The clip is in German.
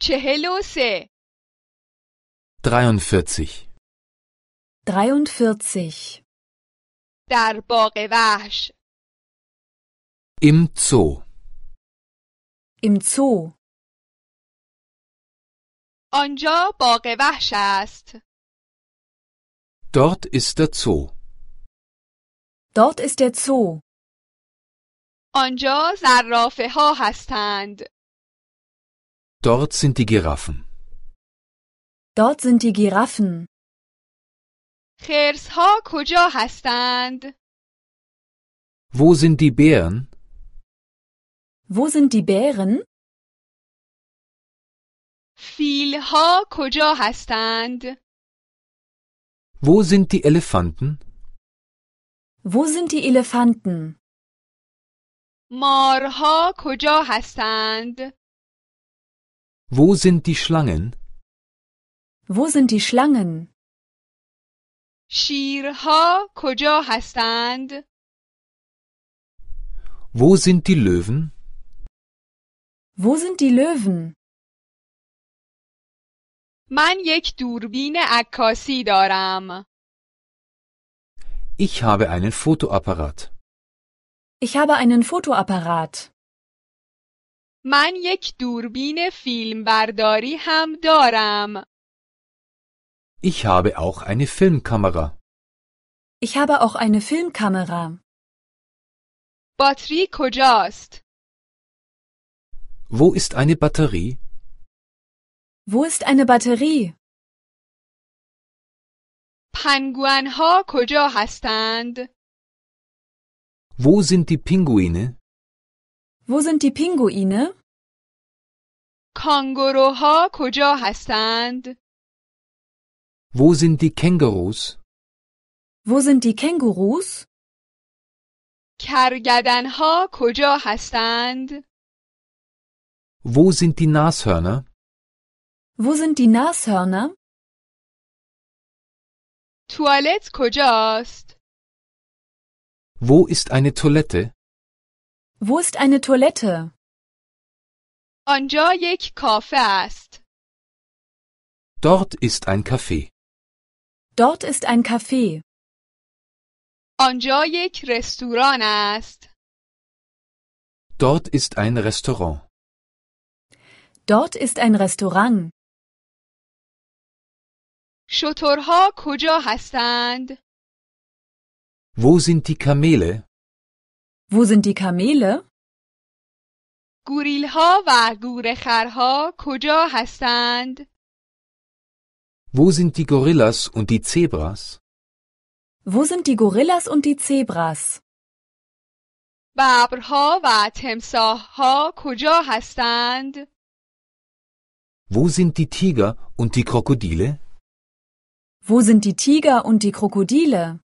چهل و سه 43. 43. در باغ وحش Im Zoo. Im Zoo. آنجا باغ وحش است Dort ist der Zoo. Dort ist der Zoo. آنجا زرافه ها هستند Dort sind die Giraffen. Dort sind die Giraffen. خرس ها کجا هستند Wo sind die Bären? Wo sind die Bären? فیل ها کجا هستند Wo sind die Elefanten? Wo sind die Elefanten? مارها کجا هستند Wo sind die Schlangen? Wo sind die Schlangen? شیرها کجا هستند Wo sind die Löwen? Wo sind die Löwen? من یک دوربین عکاسی دارم Ich habe einen Fotoapparat. Ich habe einen Fotoapparat. من یک دوربین فیلمبرداری هم دارم Ich habe auch eine Filmkamera. Ich habe auch eine Filmkamera. باتری کجاست Wo ist eine Batterie? Wo ist eine Batterie? پنگوئن ها کجا هستند؟ Wo sind die Pinguine? Wo sind die Pinguine? کانگوروها کجا هستند؟ Wo sind die Kängurus? Wo sind die Kängurus? کرگدن ها کجا هستند؟ Wo sind die Nashörner? Wo sind die Nashörner? توالت کجاست؟ Wo ist eine Toilette? Wo ist eine Toilette? آنجا یک کافه است. Dort ist ein Café. Dort ist ein Café. آنجا یک رستوران است. Dort ist ein Restaurant. Dort ist ein Restaurant. شترها کجا هستند؟ Wo sind die Kamele? Wo sind die Kamele? گوریل ها و گورخرها کجا هستند؟ Wo sind die Gorillas und die Zebras? Wo sind die Gorillas und die Zebras? ببرها و تمساه ها کجا هستند؟ Wo sind die Tiger und die Krokodile? Wo sind die Tiger und die Krokodile?